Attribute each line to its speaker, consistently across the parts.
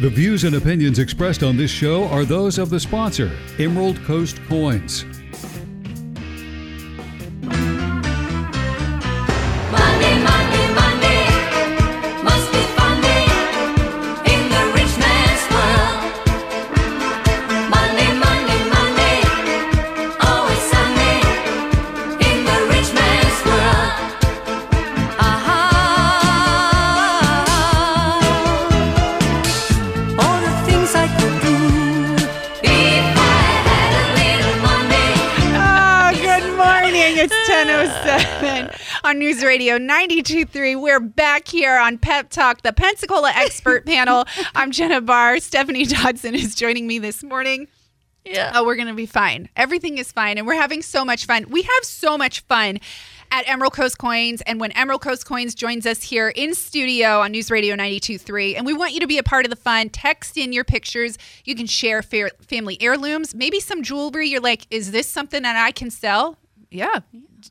Speaker 1: The views and opinions expressed on this show are those of the sponsor, Emerald Coast Coins.
Speaker 2: Money, money, money must be funny in the rich man's world. Money, money, money, always sunny in the rich man's world. Aha! All the things I could do if I had a little money.
Speaker 3: Oh, good morning. It's 10.07 on News Radio 92.3. We're back here on Pep Talk, the Pensacola Expert Panel. I'm Jenna Barr. Stephanie Dodson is joining me this morning.
Speaker 2: Yeah.
Speaker 3: Oh, we're going to be fine. Everything is fine. And we're having so much fun. We have so much fun at Emerald Coast Coins. And when Emerald Coast Coins joins us here in studio on News Radio 92.3, and we want you to be a part of the fun, text in your pictures. You can share fair, family heirlooms, maybe some jewelry. You're like, is this something that I can sell? Yeah.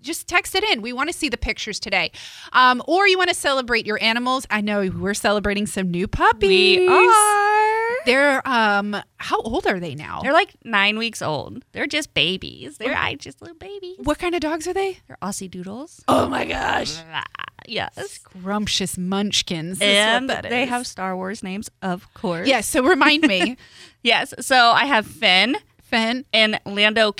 Speaker 3: Just text it in. We want to see the pictures today. Um, or you want to celebrate your animals. I know we're celebrating some new puppies.
Speaker 4: We are.
Speaker 3: They're, um, how old are they now?
Speaker 4: They're like nine weeks old. They're just babies. They're I just little babies.
Speaker 3: What kind of dogs are they?
Speaker 4: They're Aussie doodles.
Speaker 3: Oh my gosh.
Speaker 4: Ah, Yes.
Speaker 3: Grumptious munchkins.
Speaker 4: And they have Star Wars names, of course.
Speaker 3: Yes, so remind me,
Speaker 4: Yes. So I have Finn
Speaker 3: Finn.
Speaker 4: and Lando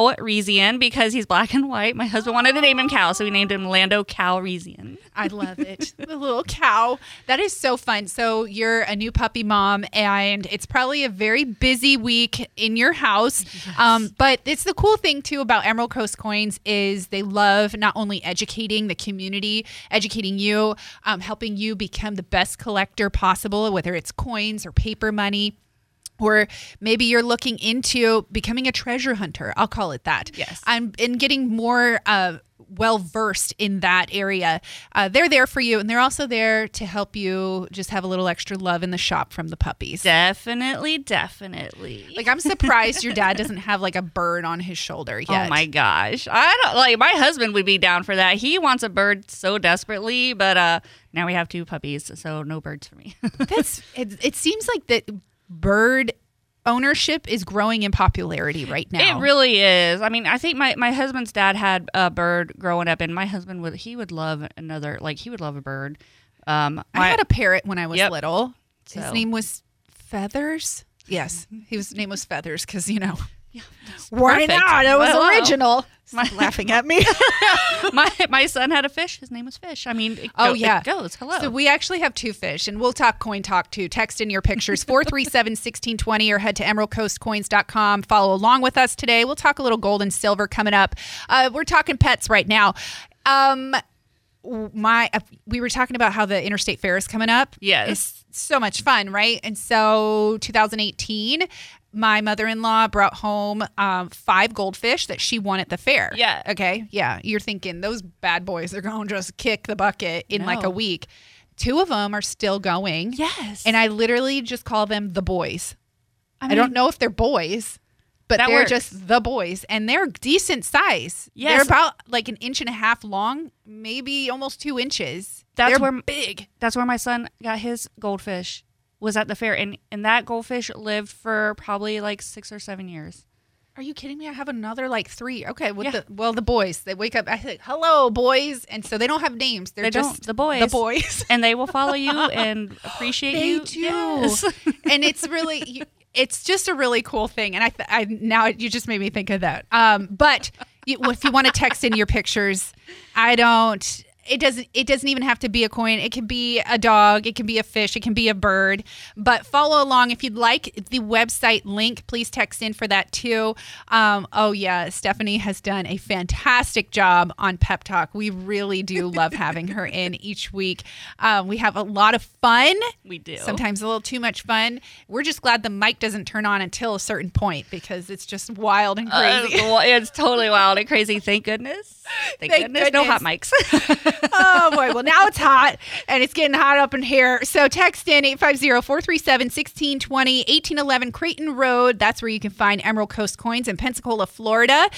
Speaker 4: Calrissian because he's black and white. My husband wanted to name him Cal, so we named him Lando Calrissian.
Speaker 3: I love it. the little cow. That is so fun. So you're a new puppy mom and it's probably a very busy week in your house. Um, but it's the cool thing too about Emerald Coast Coins is they love not only educating the community, educating you, um, helping you become the best collector possible, whether it's coins or paper money. or maybe you're looking into becoming a treasure hunter. I'll call it that. Um,
Speaker 4: Yes.
Speaker 3: I'm and getting more uh, well versed in that area. Uh, they're there for you, and they're also there to help you just have a little extra love in the shop from the puppies.
Speaker 4: Definitely, definitely.
Speaker 3: Like I'm surprised your dad doesn't have like a bird on his shoulder yet.
Speaker 4: Oh my gosh. I don't like my husband would be down for that. He wants a bird so desperately, but uh now we have two puppies, so no birds for me.
Speaker 3: That's it, it seems like that bird ownership is growing in popularity right now.
Speaker 4: It really is. I mean, I think my, my husband's dad had a bird growing up, and my husband would he would love another like he would love a bird. Um,
Speaker 3: I
Speaker 4: my-
Speaker 3: had a parrot when I was
Speaker 4: Yep.
Speaker 3: little. His
Speaker 4: So-
Speaker 3: name was Feathers. Yes, his name was Feathers because you know.
Speaker 4: Why perfect. not? It was Wow. original.
Speaker 3: laughing at me.
Speaker 4: my my son had a fish. His name was Fish. I mean, it
Speaker 3: Oh
Speaker 4: go-
Speaker 3: yeah,
Speaker 4: it goes hello.
Speaker 3: So we actually have two fish, and we'll talk coin talk too. Text in your pictures 437-1620 or head to emeraldcoastcoins.com. Follow along with us today. We'll talk a little gold and silver coming up. Uh, we're talking pets right now. Um, my uh, we were talking about how the interstate fair is coming up.
Speaker 4: Yes.
Speaker 3: It's so much fun, right? And so 2018. My mother-in-law brought home um, five goldfish that she won at the fair.
Speaker 4: Yeah.
Speaker 3: Okay. Yeah. You're thinking those bad boys are going to just kick the bucket in like a
Speaker 4: No.
Speaker 3: week. Two of them are still going.
Speaker 4: yes,
Speaker 3: And I literally just call them the boys. I, don't know if they're boys, but
Speaker 4: That
Speaker 3: they're
Speaker 4: works.
Speaker 3: just the boys. And they're decent size. They're
Speaker 4: Yes.
Speaker 3: about like an inch and a half long, maybe almost two inches.
Speaker 4: That's
Speaker 3: They're
Speaker 4: where-
Speaker 3: big.
Speaker 4: that's where my son got his goldfish. Was at the fair, and and that goldfish lived for probably like six or seven years.
Speaker 3: Are you kidding me? I have another like three. Okay, with
Speaker 4: Yeah.
Speaker 3: the well, the boys. They wake up. I say, "Hello, boys," and so they don't have names. They're
Speaker 4: They don't.
Speaker 3: just
Speaker 4: The boys.
Speaker 3: The boys.
Speaker 4: And they will follow you and appreciate
Speaker 3: They
Speaker 4: you.
Speaker 3: do,
Speaker 4: Yes.
Speaker 3: and it's really, you- it's just a really cool thing. And I, th- I now you just made me think of that. Um, but you, if you want to text in your pictures, I don't. It doesn't. It doesn't even have to be a coin. It can be a dog. It can be a fish. It can be a bird. But follow along if you'd like the website link. Please text in for that too. Um, oh yeah, Stephanie has done a fantastic job on Pep Talk. We really do love having her in each week. Um, we have a lot of fun.
Speaker 4: We do.
Speaker 3: Sometimes a little too much fun. We're just glad the mic doesn't turn on until a certain point because it's just wild and
Speaker 4: Uh,
Speaker 3: crazy.
Speaker 4: well, it's totally wild and crazy. Thank goodness. Thank,
Speaker 3: Thank
Speaker 4: goodness. No hot mics.
Speaker 3: oh boy. Well, now it's hot and it's getting hot up in here. So text in 850-437-1620, 1811 Creighton Road. That's where you can find Emerald Coast Coins in Pensacola, Florida.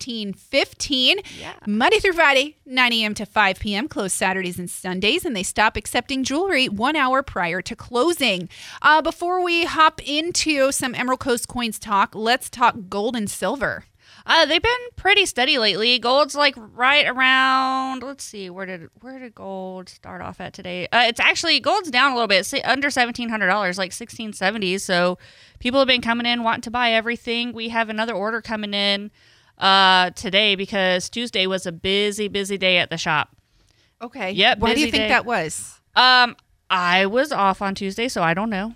Speaker 3: 850-473-1515.
Speaker 4: Yeah.
Speaker 3: Monday through Friday, 9 a.m. to 5 p.m. Closed Saturdays and Sundays, and they stop accepting jewelry one hour prior to closing. Uh, before we hop into some Emerald Coast Coins talk, let's talk gold and silver.
Speaker 4: Uh, they've been pretty steady lately. Gold's like right around. Let's see, where did where did gold start off at today? Uh, it's actually gold's down a little bit, si- under seventeen hundred dollars, like sixteen seventy. So people have been coming in wanting to buy everything. We have another order coming in uh, today because Tuesday was a busy, busy day at the shop.
Speaker 3: Okay.
Speaker 4: Yep,
Speaker 3: Why do you
Speaker 4: busy
Speaker 3: think
Speaker 4: day.
Speaker 3: that was?
Speaker 4: Um, I was off on Tuesday, so I don't know.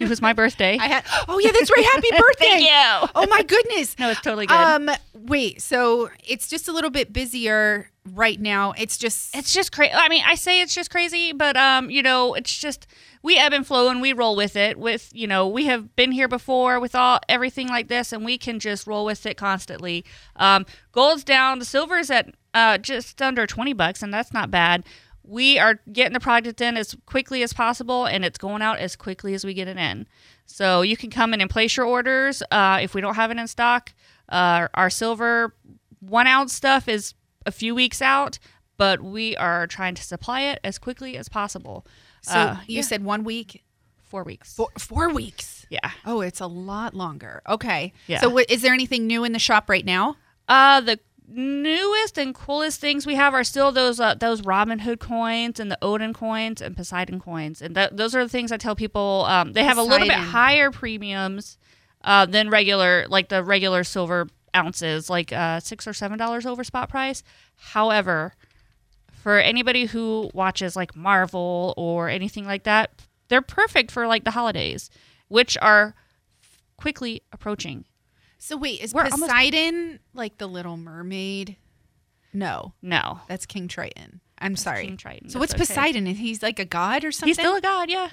Speaker 4: It was my birthday.
Speaker 3: I had. Oh yeah, that's right. Happy birthday!
Speaker 4: Thank you.
Speaker 3: Oh my goodness.
Speaker 4: no, it's totally good.
Speaker 3: Um. Wait. So it's just a little bit busier right now. It's just.
Speaker 4: it's just crazy. I mean, I say it's just crazy, but um, you know, it's just we ebb and flow and we roll with it. With you know, we have been here before with all everything like this, and we can just roll with it constantly. Um, gold's down, the silver's at uh just under twenty bucks, and that's not bad. We are getting the project in as quickly as possible, and it's going out as quickly as we get it in. So you can come in and place your orders. Uh, if we don't have it in stock, uh, our silver one ounce stuff is a few weeks out, but we are trying to supply it as quickly as possible.
Speaker 3: so
Speaker 4: Uh,
Speaker 3: you
Speaker 4: yeah,
Speaker 3: said one week.
Speaker 4: four weeks.
Speaker 3: Four, four weeks.
Speaker 4: Yeah.
Speaker 3: Oh, it's a lot longer. Okay.
Speaker 4: Yeah.
Speaker 3: So, what, is there anything new in the shop right now?
Speaker 4: Uh, the newest and coolest things we have are still those uh, those Robin Hood coins and the Odin coins and Poseidon coins, and th- those are the things I tell people. Um, they have a little bit
Speaker 3: Poseidon.
Speaker 4: higher premiums uh, than regular, like the regular silver ounces, like uh, six or seven dollars over spot price. However, for anybody who watches like Marvel or anything like that, they're perfect for like the holidays, which are quickly approaching.
Speaker 3: So wait, is
Speaker 4: We're almost-
Speaker 3: Poseidon like the Little Mermaid? No,
Speaker 4: No,
Speaker 3: that's King Triton. I'm sorry.
Speaker 4: King Triton.
Speaker 3: So
Speaker 4: It's
Speaker 3: what's
Speaker 4: okay.
Speaker 3: Poseidon? Is he's like a god or something?
Speaker 4: he's still a god. Yeah.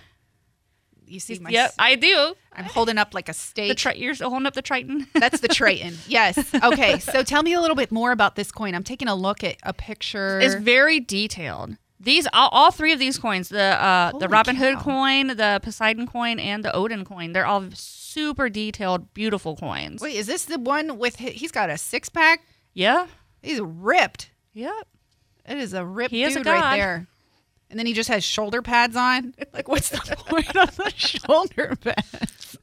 Speaker 3: you see my
Speaker 4: Yep, I do.
Speaker 3: I'm holding up like a
Speaker 4: The
Speaker 3: stake.
Speaker 4: tri- you're holding up the Triton.
Speaker 3: that's the Triton. Yes. Okay. So tell me a little bit more about this coin. I'm taking a look at a picture.
Speaker 4: it's very detailed. These all, all three of these coins the uh,
Speaker 3: Holy
Speaker 4: the Robin
Speaker 3: cow.
Speaker 4: Hood coin, the Poseidon coin, and the Odin coin. They're all super detailed, beautiful coins.
Speaker 3: wait, is this the one with hi- he's got a six pack?
Speaker 4: Yeah,
Speaker 3: He's ripped.
Speaker 4: yeah.
Speaker 3: It is a ripped
Speaker 4: He is a
Speaker 3: dude
Speaker 4: god.
Speaker 3: right there. And then he just has shoulder pads on. Like, what's the point of the shoulder pads?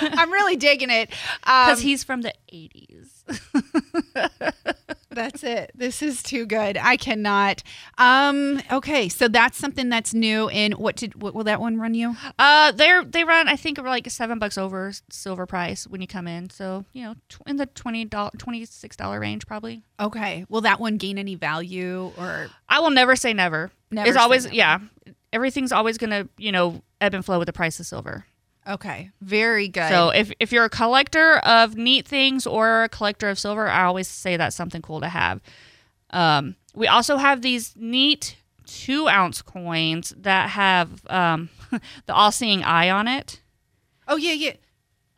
Speaker 3: I'm really digging it. Um,
Speaker 4: Because he's from the '80s.
Speaker 3: that's it. This is too good. I cannot. Um, okay, so that's something that's new. And what did what will that one run you?
Speaker 4: Uh, they're they run I think like seven bucks over s- silver price when you come in. So you know, tw- in the twenty dollar, twenty six dollar range probably.
Speaker 3: Okay, will that one gain any value or
Speaker 4: I will never say never.
Speaker 3: Never
Speaker 4: it's
Speaker 3: say
Speaker 4: always
Speaker 3: never.
Speaker 4: yeah. Everything's always gonna you know ebb and flow with the price of silver.
Speaker 3: okay? Very good.
Speaker 4: So if, if you're a collector of neat things or a collector of silver, I always say that's something cool to have. Um, we also have these neat two ounce coins that have um, the all seeing eye on it.
Speaker 3: oh yeah, yeah,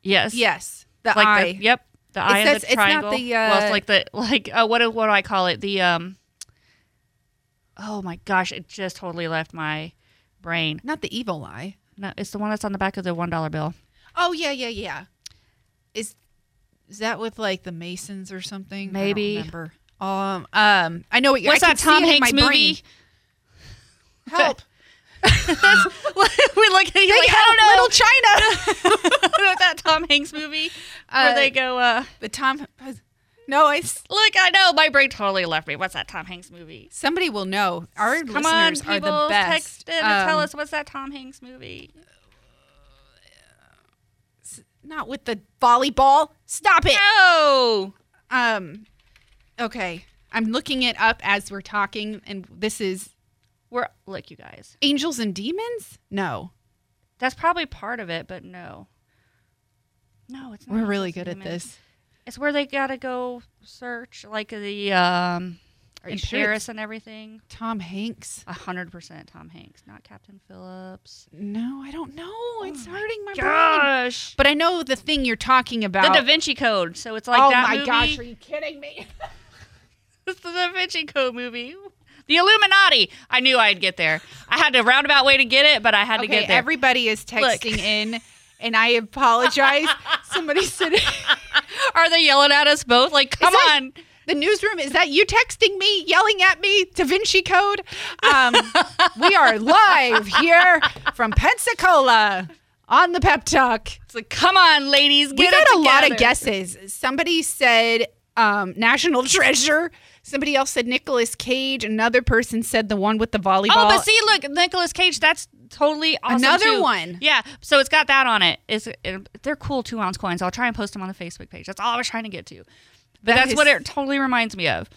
Speaker 4: Yes.
Speaker 3: yes. The
Speaker 4: Like
Speaker 3: eye.
Speaker 4: The, yep. The eye and
Speaker 3: says-
Speaker 4: the
Speaker 3: it's not
Speaker 4: triangle.
Speaker 3: the,
Speaker 4: well,
Speaker 3: uh,
Speaker 4: it's like the like uh, what do- what do I call it? The um. Oh my gosh! It just totally left my brain.
Speaker 3: Not the evil eye.
Speaker 4: No, it's the one that's on the back of the one dollar bill.
Speaker 3: Oh yeah, yeah, yeah. Is is that with like the Masons or something?
Speaker 4: Maybe.
Speaker 3: I don't remember. Um, um, I know what you're.
Speaker 4: What's
Speaker 3: I can
Speaker 4: that Tom
Speaker 3: see it in
Speaker 4: Hanks
Speaker 3: my brain.
Speaker 4: movie?
Speaker 3: Help!
Speaker 4: we like, he's like I
Speaker 3: help,
Speaker 4: don't know.
Speaker 3: Little China.
Speaker 4: What that Tom Hanks movie where
Speaker 3: Uh,
Speaker 4: they go, uh,
Speaker 3: the Tom. No, I. s-
Speaker 4: look, I know my brain totally left me. What's that Tom Hanks movie?
Speaker 3: Somebody will know. Our
Speaker 4: Come on,
Speaker 3: listeners
Speaker 4: people,
Speaker 3: are the best.
Speaker 4: text in and tell
Speaker 3: Um,
Speaker 4: us what's that Tom Hanks movie?
Speaker 3: Not with the volleyball. Stop it.
Speaker 4: No,
Speaker 3: Um. Okay, I'm looking it up as we're talking, and this is
Speaker 4: we're look, you guys.
Speaker 3: angels and demons. No,
Speaker 4: That's probably part of it, but no, no, it's not.
Speaker 3: we're really
Speaker 4: It's
Speaker 3: good at
Speaker 4: human.
Speaker 3: this.
Speaker 4: It's where they gotta go search like the um in
Speaker 3: I'm sure
Speaker 4: Paris and everything.
Speaker 3: Tom Hanks.
Speaker 4: A hundred percent Tom Hanks, not Captain Phillips.
Speaker 3: No, I don't know. it's hurting my brain.
Speaker 4: Gosh,
Speaker 3: But I know the thing you're talking
Speaker 4: Oh the
Speaker 3: about.
Speaker 4: Da Vinci Code. So it's like
Speaker 3: oh
Speaker 4: that
Speaker 3: my
Speaker 4: movie.
Speaker 3: gosh, are you kidding me?
Speaker 4: the Vinci Code movie. The Illuminati. I knew I'd get there. I had a roundabout way to get it, but I had to
Speaker 3: Okay,
Speaker 4: get there.
Speaker 3: everybody is texting in, and I apologize. Somebody said,
Speaker 4: Are they yelling at us both? Like, come
Speaker 3: that-
Speaker 4: on.
Speaker 3: "The newsroom is that you texting me, yelling at me?" Da Vinci Code. Um, we are live here from Pensacola on the pep talk.
Speaker 4: It's like, come on, ladies. Get
Speaker 3: we
Speaker 4: it
Speaker 3: got a lot of
Speaker 4: together.
Speaker 3: guesses. Somebody said um, National Treasure. Somebody else said Nicolas Cage. Another person said the one with the volleyball.
Speaker 4: Oh, but see, look, Nicolas Cage. That's totally awesome.
Speaker 3: Another
Speaker 4: too.
Speaker 3: one.
Speaker 4: Yeah. So it's got that on it. It's it, they're cool two ounce coins. I'll try and post them on the Facebook page. That's all I was trying to get to. But
Speaker 3: That
Speaker 4: that's
Speaker 3: is-
Speaker 4: what it totally reminds me of.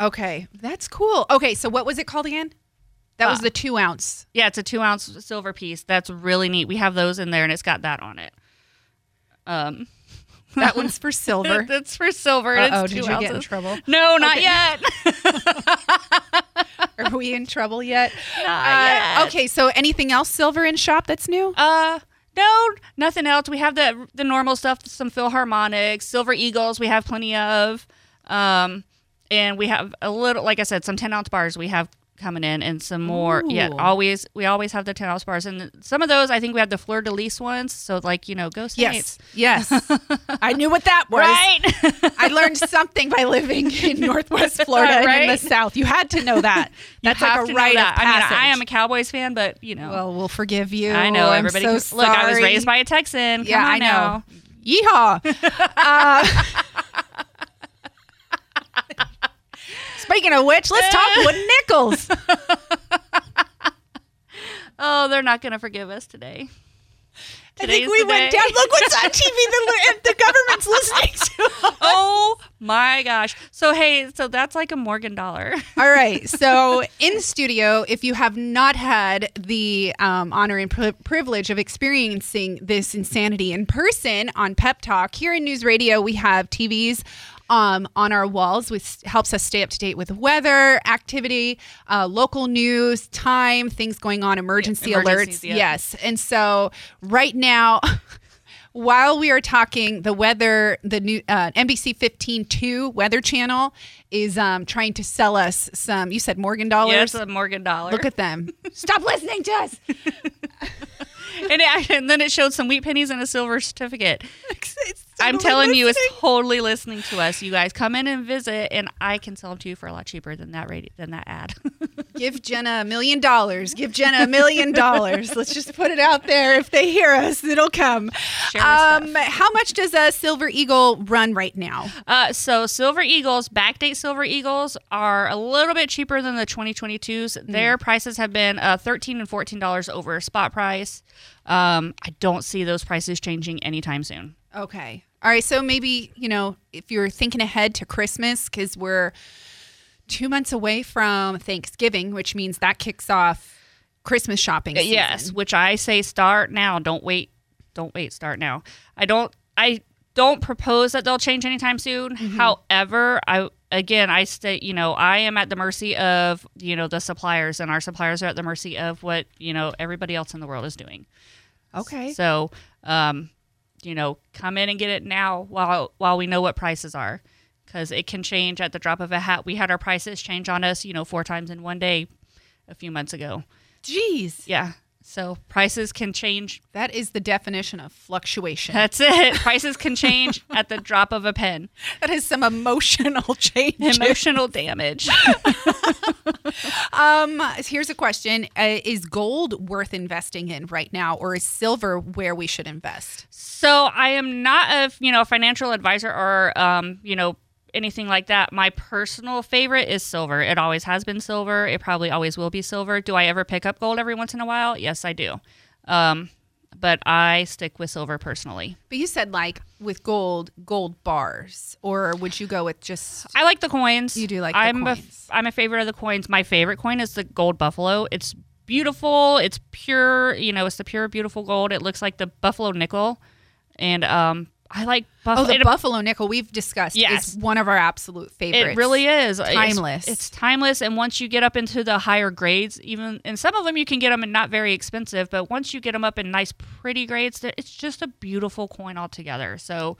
Speaker 3: okay, that's cool. Okay, so what was it called again? That was
Speaker 4: Uh,
Speaker 3: the two ounce.
Speaker 4: Yeah, it's a two ounce silver piece. That's really neat. We have those in there, and it's got that on it. Um,
Speaker 3: That one's for silver.
Speaker 4: that's for silver. and
Speaker 3: Uh-oh,
Speaker 4: it's
Speaker 3: did
Speaker 4: two
Speaker 3: you
Speaker 4: ounces.
Speaker 3: get in trouble?
Speaker 4: No, not yet.
Speaker 3: Are we in trouble yet? Uh,
Speaker 4: Not yet.
Speaker 3: Okay, so anything else silver in shop that's new?
Speaker 4: Uh, no, nothing else. We have the the normal stuff, some Philharmonics, Silver Eagles. We have plenty of, um, and we have a little, like I said, some ten ounce bars we have coming in, and some more. Yeah,
Speaker 3: Ooh.
Speaker 4: always we always have the ten ounce bars, and some of those I think we have the fleur de lis ones. So like you know, go
Speaker 3: Yes,
Speaker 4: Saints,
Speaker 3: yes. I knew what that was.
Speaker 4: right?
Speaker 3: I learned something by living in Northwest Florida and in
Speaker 4: Right?
Speaker 3: the South. You had to know that. That's like
Speaker 4: have to
Speaker 3: a
Speaker 4: know
Speaker 3: rite of
Speaker 4: that.
Speaker 3: passage.
Speaker 4: I mean, I am a Cowboys fan, but you know,
Speaker 3: Well, we'll forgive you.
Speaker 4: I know
Speaker 3: I'm
Speaker 4: everybody.
Speaker 3: So
Speaker 4: can- Look, I was
Speaker 3: sorry.
Speaker 4: raised by a Texan. Come
Speaker 3: Yeah,
Speaker 4: on
Speaker 3: I know.
Speaker 4: now.
Speaker 3: Yeehaw. Uh, speaking of which, let's talk Wood Nichols.
Speaker 4: Oh, they're not going to forgive us today.
Speaker 3: I
Speaker 4: Today's
Speaker 3: think we
Speaker 4: the
Speaker 3: went
Speaker 4: day.
Speaker 3: down. Look what's on TV. The, the government's listening to. us.
Speaker 4: oh my gosh. So hey, so that's like a Morgan dollar.
Speaker 3: All right. So in studio, if you have not had the um, honor and pri- privilege of experiencing this insanity in person on Pep Talk here in News Radio, we have TVs. Um, on our walls, which helps us stay up to date with weather, activity, uh, local news, time, things going on, emergency
Speaker 4: emergencies,
Speaker 3: alerts.
Speaker 4: yeah.
Speaker 3: Yes. And so, right now, while we are talking, the weather, the new uh, NBC 15.2 Weather Channel is um, trying to sell us some, you said Morgan
Speaker 4: Yeah,
Speaker 3: dollars.
Speaker 4: it's a Morgan dollar.
Speaker 3: Look at them. Stop listening to us.
Speaker 4: and, it, and then it showed some wheat pennies and a silver certificate.
Speaker 3: It's
Speaker 4: I'm
Speaker 3: totally
Speaker 4: telling you,
Speaker 3: listening.
Speaker 4: it's totally listening to us. You guys come in and visit, and I can sell them to you for a lot cheaper than that rate than that ad.
Speaker 3: Give Jenna a million dollars. Give Jenna a million dollars. Let's just put it out there. If they hear us, it'll come.
Speaker 4: Share our
Speaker 3: Um, how much does a Silver Eagle run right now?
Speaker 4: Uh, so silver eagles, backdate silver eagles are a little bit cheaper than the 2022s. Their prices have been uh, 13 and 14 dollars over spot price. Um, I don't see those prices changing anytime soon.
Speaker 3: Okay. All right. So maybe, you know, if you're thinking ahead to Christmas, because we're two months away from Thanksgiving, which means that kicks off Christmas shopping. Season.
Speaker 4: Yes, which I say start now. Don't wait. Don't wait. Start now. I don't. I don't propose that they'll change anytime soon. However, I again, I stay. You know, I am at the mercy of you know the suppliers, and our suppliers are at the mercy of what you know everybody else in the world is doing.
Speaker 3: Okay.
Speaker 4: So, um, you know, come in and get it now while while we know what prices are, because it can change at the drop of a hat. We had our prices change on us, you know, four times in one day, a few months ago.
Speaker 3: Jeez.
Speaker 4: Yeah. So prices can change.
Speaker 3: That is the definition of fluctuation.
Speaker 4: That's it. Prices can change at the drop of a pen.
Speaker 3: that is some emotional change.
Speaker 4: Emotional damage.
Speaker 3: Um, here's a question uh, Is gold worth investing in right now, or is silver where we should invest?
Speaker 4: So I am not a you know financial advisor or um, you know anything like that. My personal favorite is silver. It always has been silver. It probably always will be silver. Do I ever pick up gold every once in a while? Yes, I do. Um, but I stick with silver personally.
Speaker 3: But you said, like, with gold, gold bars, or would you go with just.
Speaker 4: I like the coins.
Speaker 3: You do like the
Speaker 4: I'm a
Speaker 3: coins.
Speaker 4: I'm a favorite of the coins. My favorite coin is the gold buffalo. It's beautiful. It's pure. You know, it's the pure, beautiful gold. It looks like the buffalo nickel, and um, I like
Speaker 3: Oh,
Speaker 4: buffalo.
Speaker 3: the
Speaker 4: it,
Speaker 3: buffalo nickel we've discussed
Speaker 4: Yes.
Speaker 3: is one of our absolute favorites.
Speaker 4: it really is It's-
Speaker 3: Timeless.
Speaker 4: It's, timeless, and once you get up into the higher grades, even and some of them you can get them and not very expensive, but once you get them up in nice, pretty grades, th- it's just a beautiful coin altogether. So,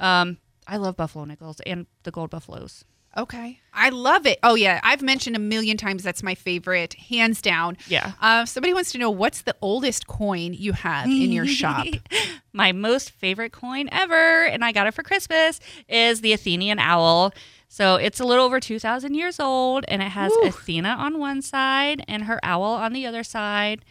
Speaker 4: um, I love buffalo nickels and the gold buffaloes.
Speaker 3: Okay. I love it. Oh yeah, I've mentioned a million times that's my favorite, hands down.
Speaker 4: Yeah.
Speaker 3: Uh, somebody wants to know what's the oldest coin you have in your shop.
Speaker 4: My most favorite coin ever, and I got it for Christmas, is the Athenian owl. So it's a little over 2,000 years old, and it has
Speaker 3: Woo.
Speaker 4: Athena on one side and her owl on the other side.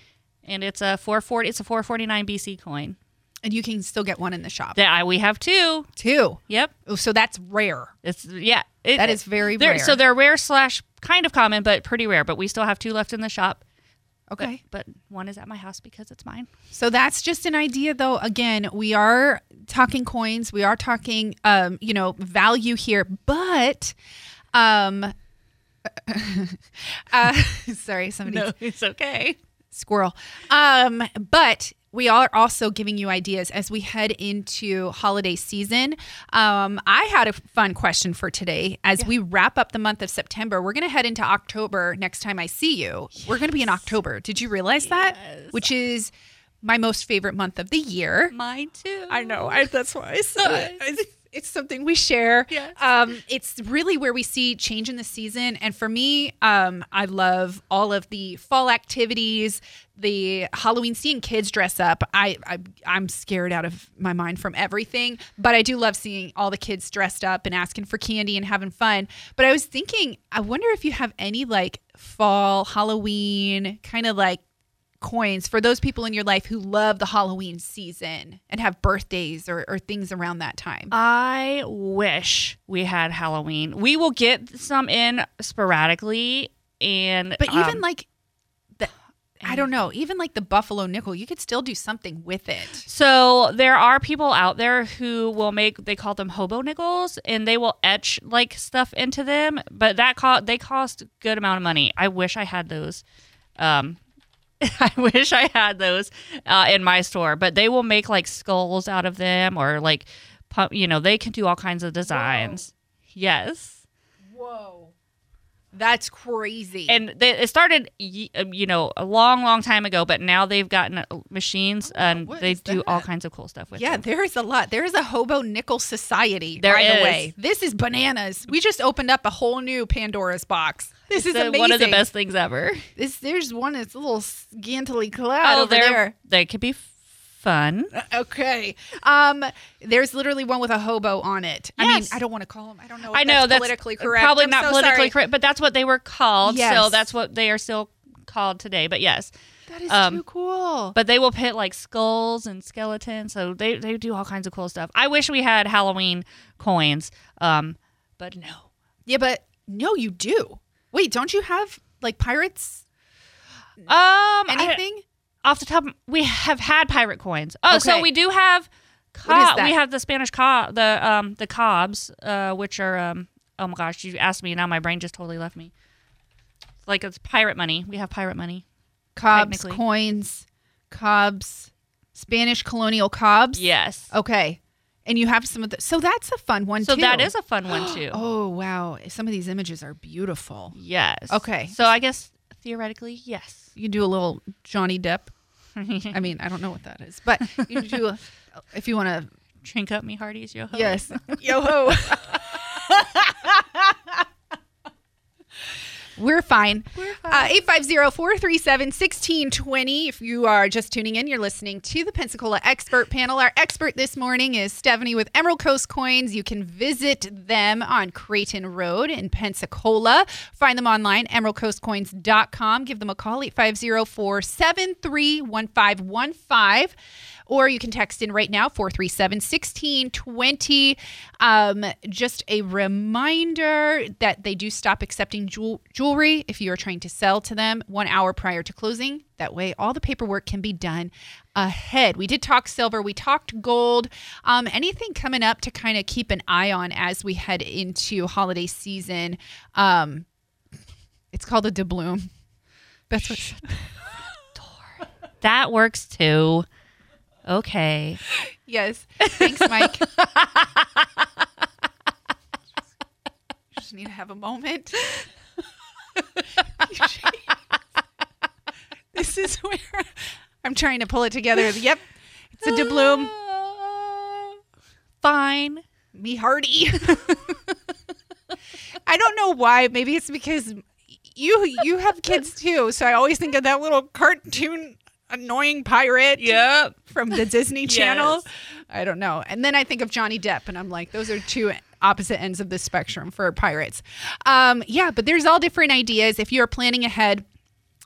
Speaker 4: And it's a 440. It's a 449 BC coin
Speaker 3: And you can still get one in the shop
Speaker 4: that I, we have two.
Speaker 3: too.
Speaker 4: Yep,
Speaker 3: Oh, so that's rare.
Speaker 4: it's yeah. It,
Speaker 3: That is very
Speaker 4: they're-
Speaker 3: rare.
Speaker 4: So they're rare slash kind of common, but pretty rare. But we still have two left in the shop. But-
Speaker 3: Okay.
Speaker 4: but one is at my house because it's mine.
Speaker 3: So that's just an idea, though. Again, we are talking coins, we are talking, um, you know, value here, but, um, uh, sorry, somebody
Speaker 4: it's okay.
Speaker 3: squirrel. Um, but we are also giving you ideas as we head into holiday season. Um, I had a fun question for today. As we wrap up the month of September, we're going to head into October next time I see you. We're going to be in October. Did you realize that? Which is my most favorite month of the year.
Speaker 4: Mine too.
Speaker 3: I know. I, that's why I said it. It's, it's something we share.
Speaker 4: Yes.
Speaker 3: Um, it's really where we see change in the season. And for me, um, I love all of the fall activities, the Halloween, seeing kids dress up. I, I, I'm scared out of my mind from everything, but I do love seeing all the kids dressed up and asking for candy and having fun. But I was thinking, I wonder if you have any like fall, Halloween kind of like coins for those people in your life who love the Halloween season and have birthdays or, or things around that time.
Speaker 4: Uh, I wish we had Halloween. We will get some in sporadically, and
Speaker 3: but
Speaker 4: um,
Speaker 3: even like the, I don't know, even like the Buffalo Nickel, you could still do something with it.
Speaker 4: so, there are people out there who will make they call them hobo nickels, and they will etch like stuff into them. But that cost they cost a good amount of money. I wish I had those. Um, I wish I had those uh, in my store, but they will make like skulls out of them or like, pu- you know, they can do all kinds of designs. Yes.
Speaker 3: Whoa. That's crazy.
Speaker 4: and they, it started y- um, you know a long long time ago but now they've gotten uh, machines and
Speaker 3: what
Speaker 4: they
Speaker 3: is
Speaker 4: do all
Speaker 3: that?
Speaker 4: kinds of cool stuff with
Speaker 3: yeah,
Speaker 4: them.
Speaker 3: there is a lot. There is a hobo nickel society.
Speaker 4: There
Speaker 3: by the
Speaker 4: is.
Speaker 3: way, this is bananas. We just opened up a whole new Pandora's box. This is
Speaker 4: So
Speaker 3: amazing.
Speaker 4: one of the best things ever
Speaker 3: This, there's one that's a little scantily clad over
Speaker 4: they're-
Speaker 3: there.
Speaker 4: they could be fun
Speaker 3: Okay. Um, there's literally one with a hobo on it. I mean,
Speaker 4: Yes.
Speaker 3: I don't want to call him. I don't know. If
Speaker 4: i know that's
Speaker 3: politically correct.
Speaker 4: probably
Speaker 3: I'm
Speaker 4: not
Speaker 3: so
Speaker 4: politically
Speaker 3: sorry.
Speaker 4: correct but that's what they were called so
Speaker 3: Yes.
Speaker 4: that's what they are still called today but yes
Speaker 3: That is
Speaker 4: Um,
Speaker 3: too cool.
Speaker 4: but they will pit like skulls and skeletons so they, they do all kinds of cool stuff i wish we had halloween coins um but no
Speaker 3: yeah, but no, you do. Wait, don't you have like pirates?
Speaker 4: um
Speaker 3: Mm-hmm.
Speaker 4: I-
Speaker 3: Anything?
Speaker 4: off the top, we have had pirate coins. Oh, so
Speaker 3: Okay.
Speaker 4: we do have. Co-
Speaker 3: What is that?
Speaker 4: We have the Spanish cob, the um, the cobs, uh, which are um, oh my gosh, you asked me now, my brain just totally left me. It's Like it's pirate money. We have pirate money.
Speaker 3: Cobs,
Speaker 4: technically.
Speaker 3: coins, cobs, Spanish colonial cobs.
Speaker 4: Yes.
Speaker 3: Okay. And you have some of the. So that's a fun one
Speaker 4: so
Speaker 3: too.
Speaker 4: that is a fun one too.
Speaker 3: Oh wow! Some of these images are beautiful.
Speaker 4: Yes.
Speaker 3: Okay.
Speaker 4: So I guess theoretically, yes.
Speaker 3: You can do a little Johnny Depp. I mean, I don't know what that is, but you do a, if you want to
Speaker 4: Drink up, me hearties, yo ho.
Speaker 3: Yes. Yo ho. We're fine. Uh,
Speaker 4: We're fine.
Speaker 3: 850 437 1620. If you are just tuning in, you're listening to the Pensacola Expert Panel. Our expert this morning is Stephanie with Emerald Coast Coins. You can visit them on Creighton Road in Pensacola. Find them online, emeraldcoastcoins.com. Give them a call, 850 473 1515 or you can text in right now 437-1620 um, just a reminder that they do stop accepting jewel- jewelry if you are trying to sell to them one hour prior to closing that way all the paperwork can be done ahead we did talk silver we talked gold um, anything coming up to kind of keep an eye on as we head into holiday season um, it's called a doubloon that's what
Speaker 4: That works too. Okay.
Speaker 3: Yes. Thanks, Mike. Just need to have a moment. this is where I'm trying to pull it together. Yep. It's a doubloon.
Speaker 4: Uh, Fine.
Speaker 3: Me hearty. I don't know why. Maybe it's because you you have kids too, so I always think of that little cartoon annoying pirate
Speaker 4: Yep.
Speaker 3: from the Disney Channel. I don't know. And then I think of Johnny Depp, and I'm like, those are two opposite ends of the spectrum for pirates. Um, yeah, but there's all different ideas. If you're planning ahead,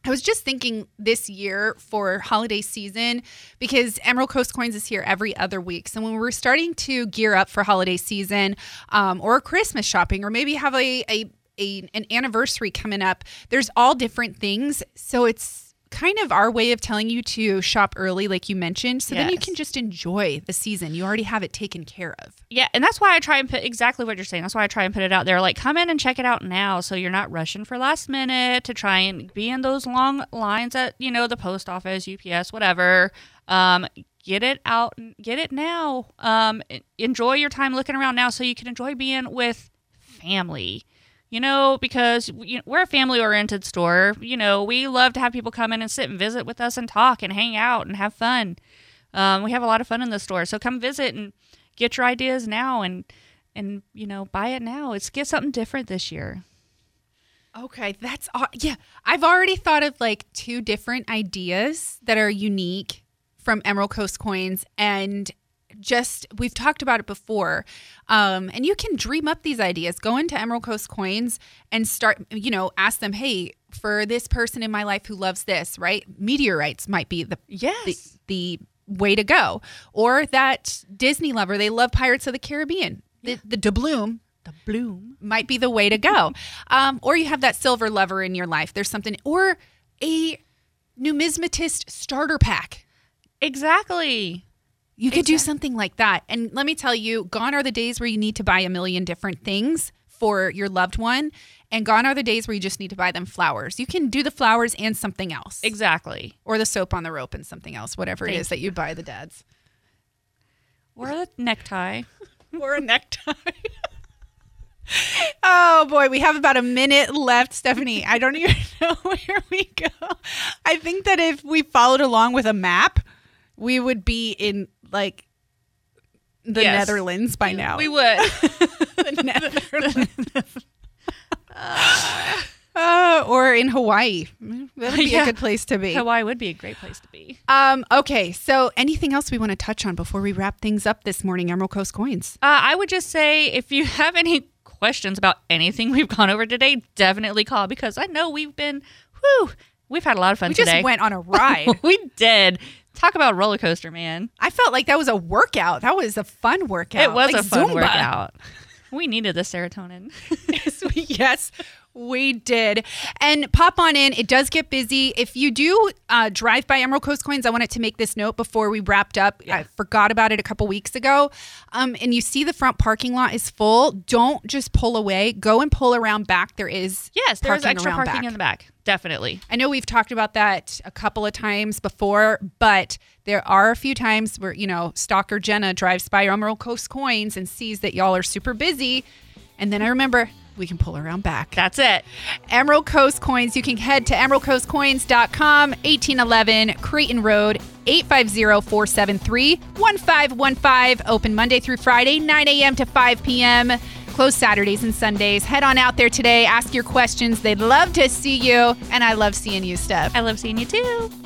Speaker 3: I was just thinking this year for holiday season because Emerald Coast Coins is here every other week. So when we're starting to gear up for holiday season um, or Christmas shopping, or maybe have a, a, a an anniversary coming up, there's all different things. So it's kind of our way of telling you to shop early, like you mentioned. So then you
Speaker 4: Yes.
Speaker 3: can just enjoy the season. You already have it taken care of.
Speaker 4: Yeah, and that's why I try and put exactly what you're saying. That's why I try and put it out there. Like, come in and check it out now, so you're not rushing for last minute to try and be in those long lines at you know the post office, UPS, whatever. Um, get it out, get it now. Um, en- enjoy your time looking around now, so you can enjoy being with family. You know, because you know, we're a family oriented store. You know, we love to have people come in and sit and visit with us and talk and hang out and have fun. Um, we have a lot of fun in the store, so come visit and get your ideas now and and you know buy it now. It's get something different this year.
Speaker 3: Okay, that's aw- yeah. I've already thought of like two different ideas that are unique from Emerald Coast Coins, and just we've talked about it before. Um, and you can dream up these ideas. Go into Emerald Coast Coins and start, you know, ask them, hey, for this person in my life who loves this, right? Meteorites might be the the,
Speaker 4: Yes.
Speaker 3: the way to go. Or that Disney lover, they love Pirates of the Caribbean. The, the doubloon
Speaker 4: The bloom.
Speaker 3: might be the way to go. Um, or you have that silver lover in your life. There's something, or a numismatist starter pack.
Speaker 4: Exactly.
Speaker 3: You could do something like that. And let me tell you, gone are the days where you need to buy a million different things for your loved one. And gone are the days where you just need to buy them flowers. You can do the flowers and something else,
Speaker 4: Exactly.
Speaker 3: or the soap on the rope and something else, whatever it is that you buy the dads.
Speaker 4: Or a necktie.
Speaker 3: or a necktie. oh boy, we have about a minute left, Stephanie. I don't even know where we go. I think that if we followed along with a map, we would be in like the
Speaker 4: Yes.
Speaker 3: Netherlands by now.
Speaker 4: We would.
Speaker 3: the Netherlands. Uh, or in Hawaii. That would be a
Speaker 4: Yeah.
Speaker 3: good place to be.
Speaker 4: Hawaii would be a great place to be.
Speaker 3: Um, okay, so anything else we want to touch on before we wrap things up this morning, Emerald Coast Coins?
Speaker 4: Uh, I would just say if you have any questions about anything we've gone over today, definitely call because I know we've been, whew, we've had a lot of fun
Speaker 3: We
Speaker 4: today.
Speaker 3: just went on a ride.
Speaker 4: we did. Talk about roller coaster, man.
Speaker 3: I felt like that was a workout. That was a fun workout.
Speaker 4: It was
Speaker 3: Like
Speaker 4: a fun
Speaker 3: Zumba.
Speaker 4: workout. We needed the serotonin.
Speaker 3: yes, we, yes, we did. And pop on in. It does get busy. If you do uh, drive by Emerald Coast Coins, I wanted to make this note before we wrapped up. I forgot about it a couple weeks ago. Um, and you see the front parking lot is full. Don't just pull away. Go and pull around back. There is
Speaker 4: Yes, there's
Speaker 3: parking
Speaker 4: extra
Speaker 3: around
Speaker 4: parking
Speaker 3: back.
Speaker 4: in the back. Definitely.
Speaker 3: I know we've talked about that a couple of times before, but there are a few times where, you know, stalker Jenna drives by Emerald Coast Coins and sees that y'all are super busy. And then I remember we can pull around back.
Speaker 4: That's it.
Speaker 3: Emerald Coast Coins, you can head to emeraldcoastcoins.com, 1811 Creighton Road, 850-473-1515. Open Monday through Friday, 9 a.m. to 5 p.m. Closed Saturdays and Sundays. Head on out there today. Ask your questions. They'd love to see you. And I love seeing you, Steph.
Speaker 4: I love seeing you too.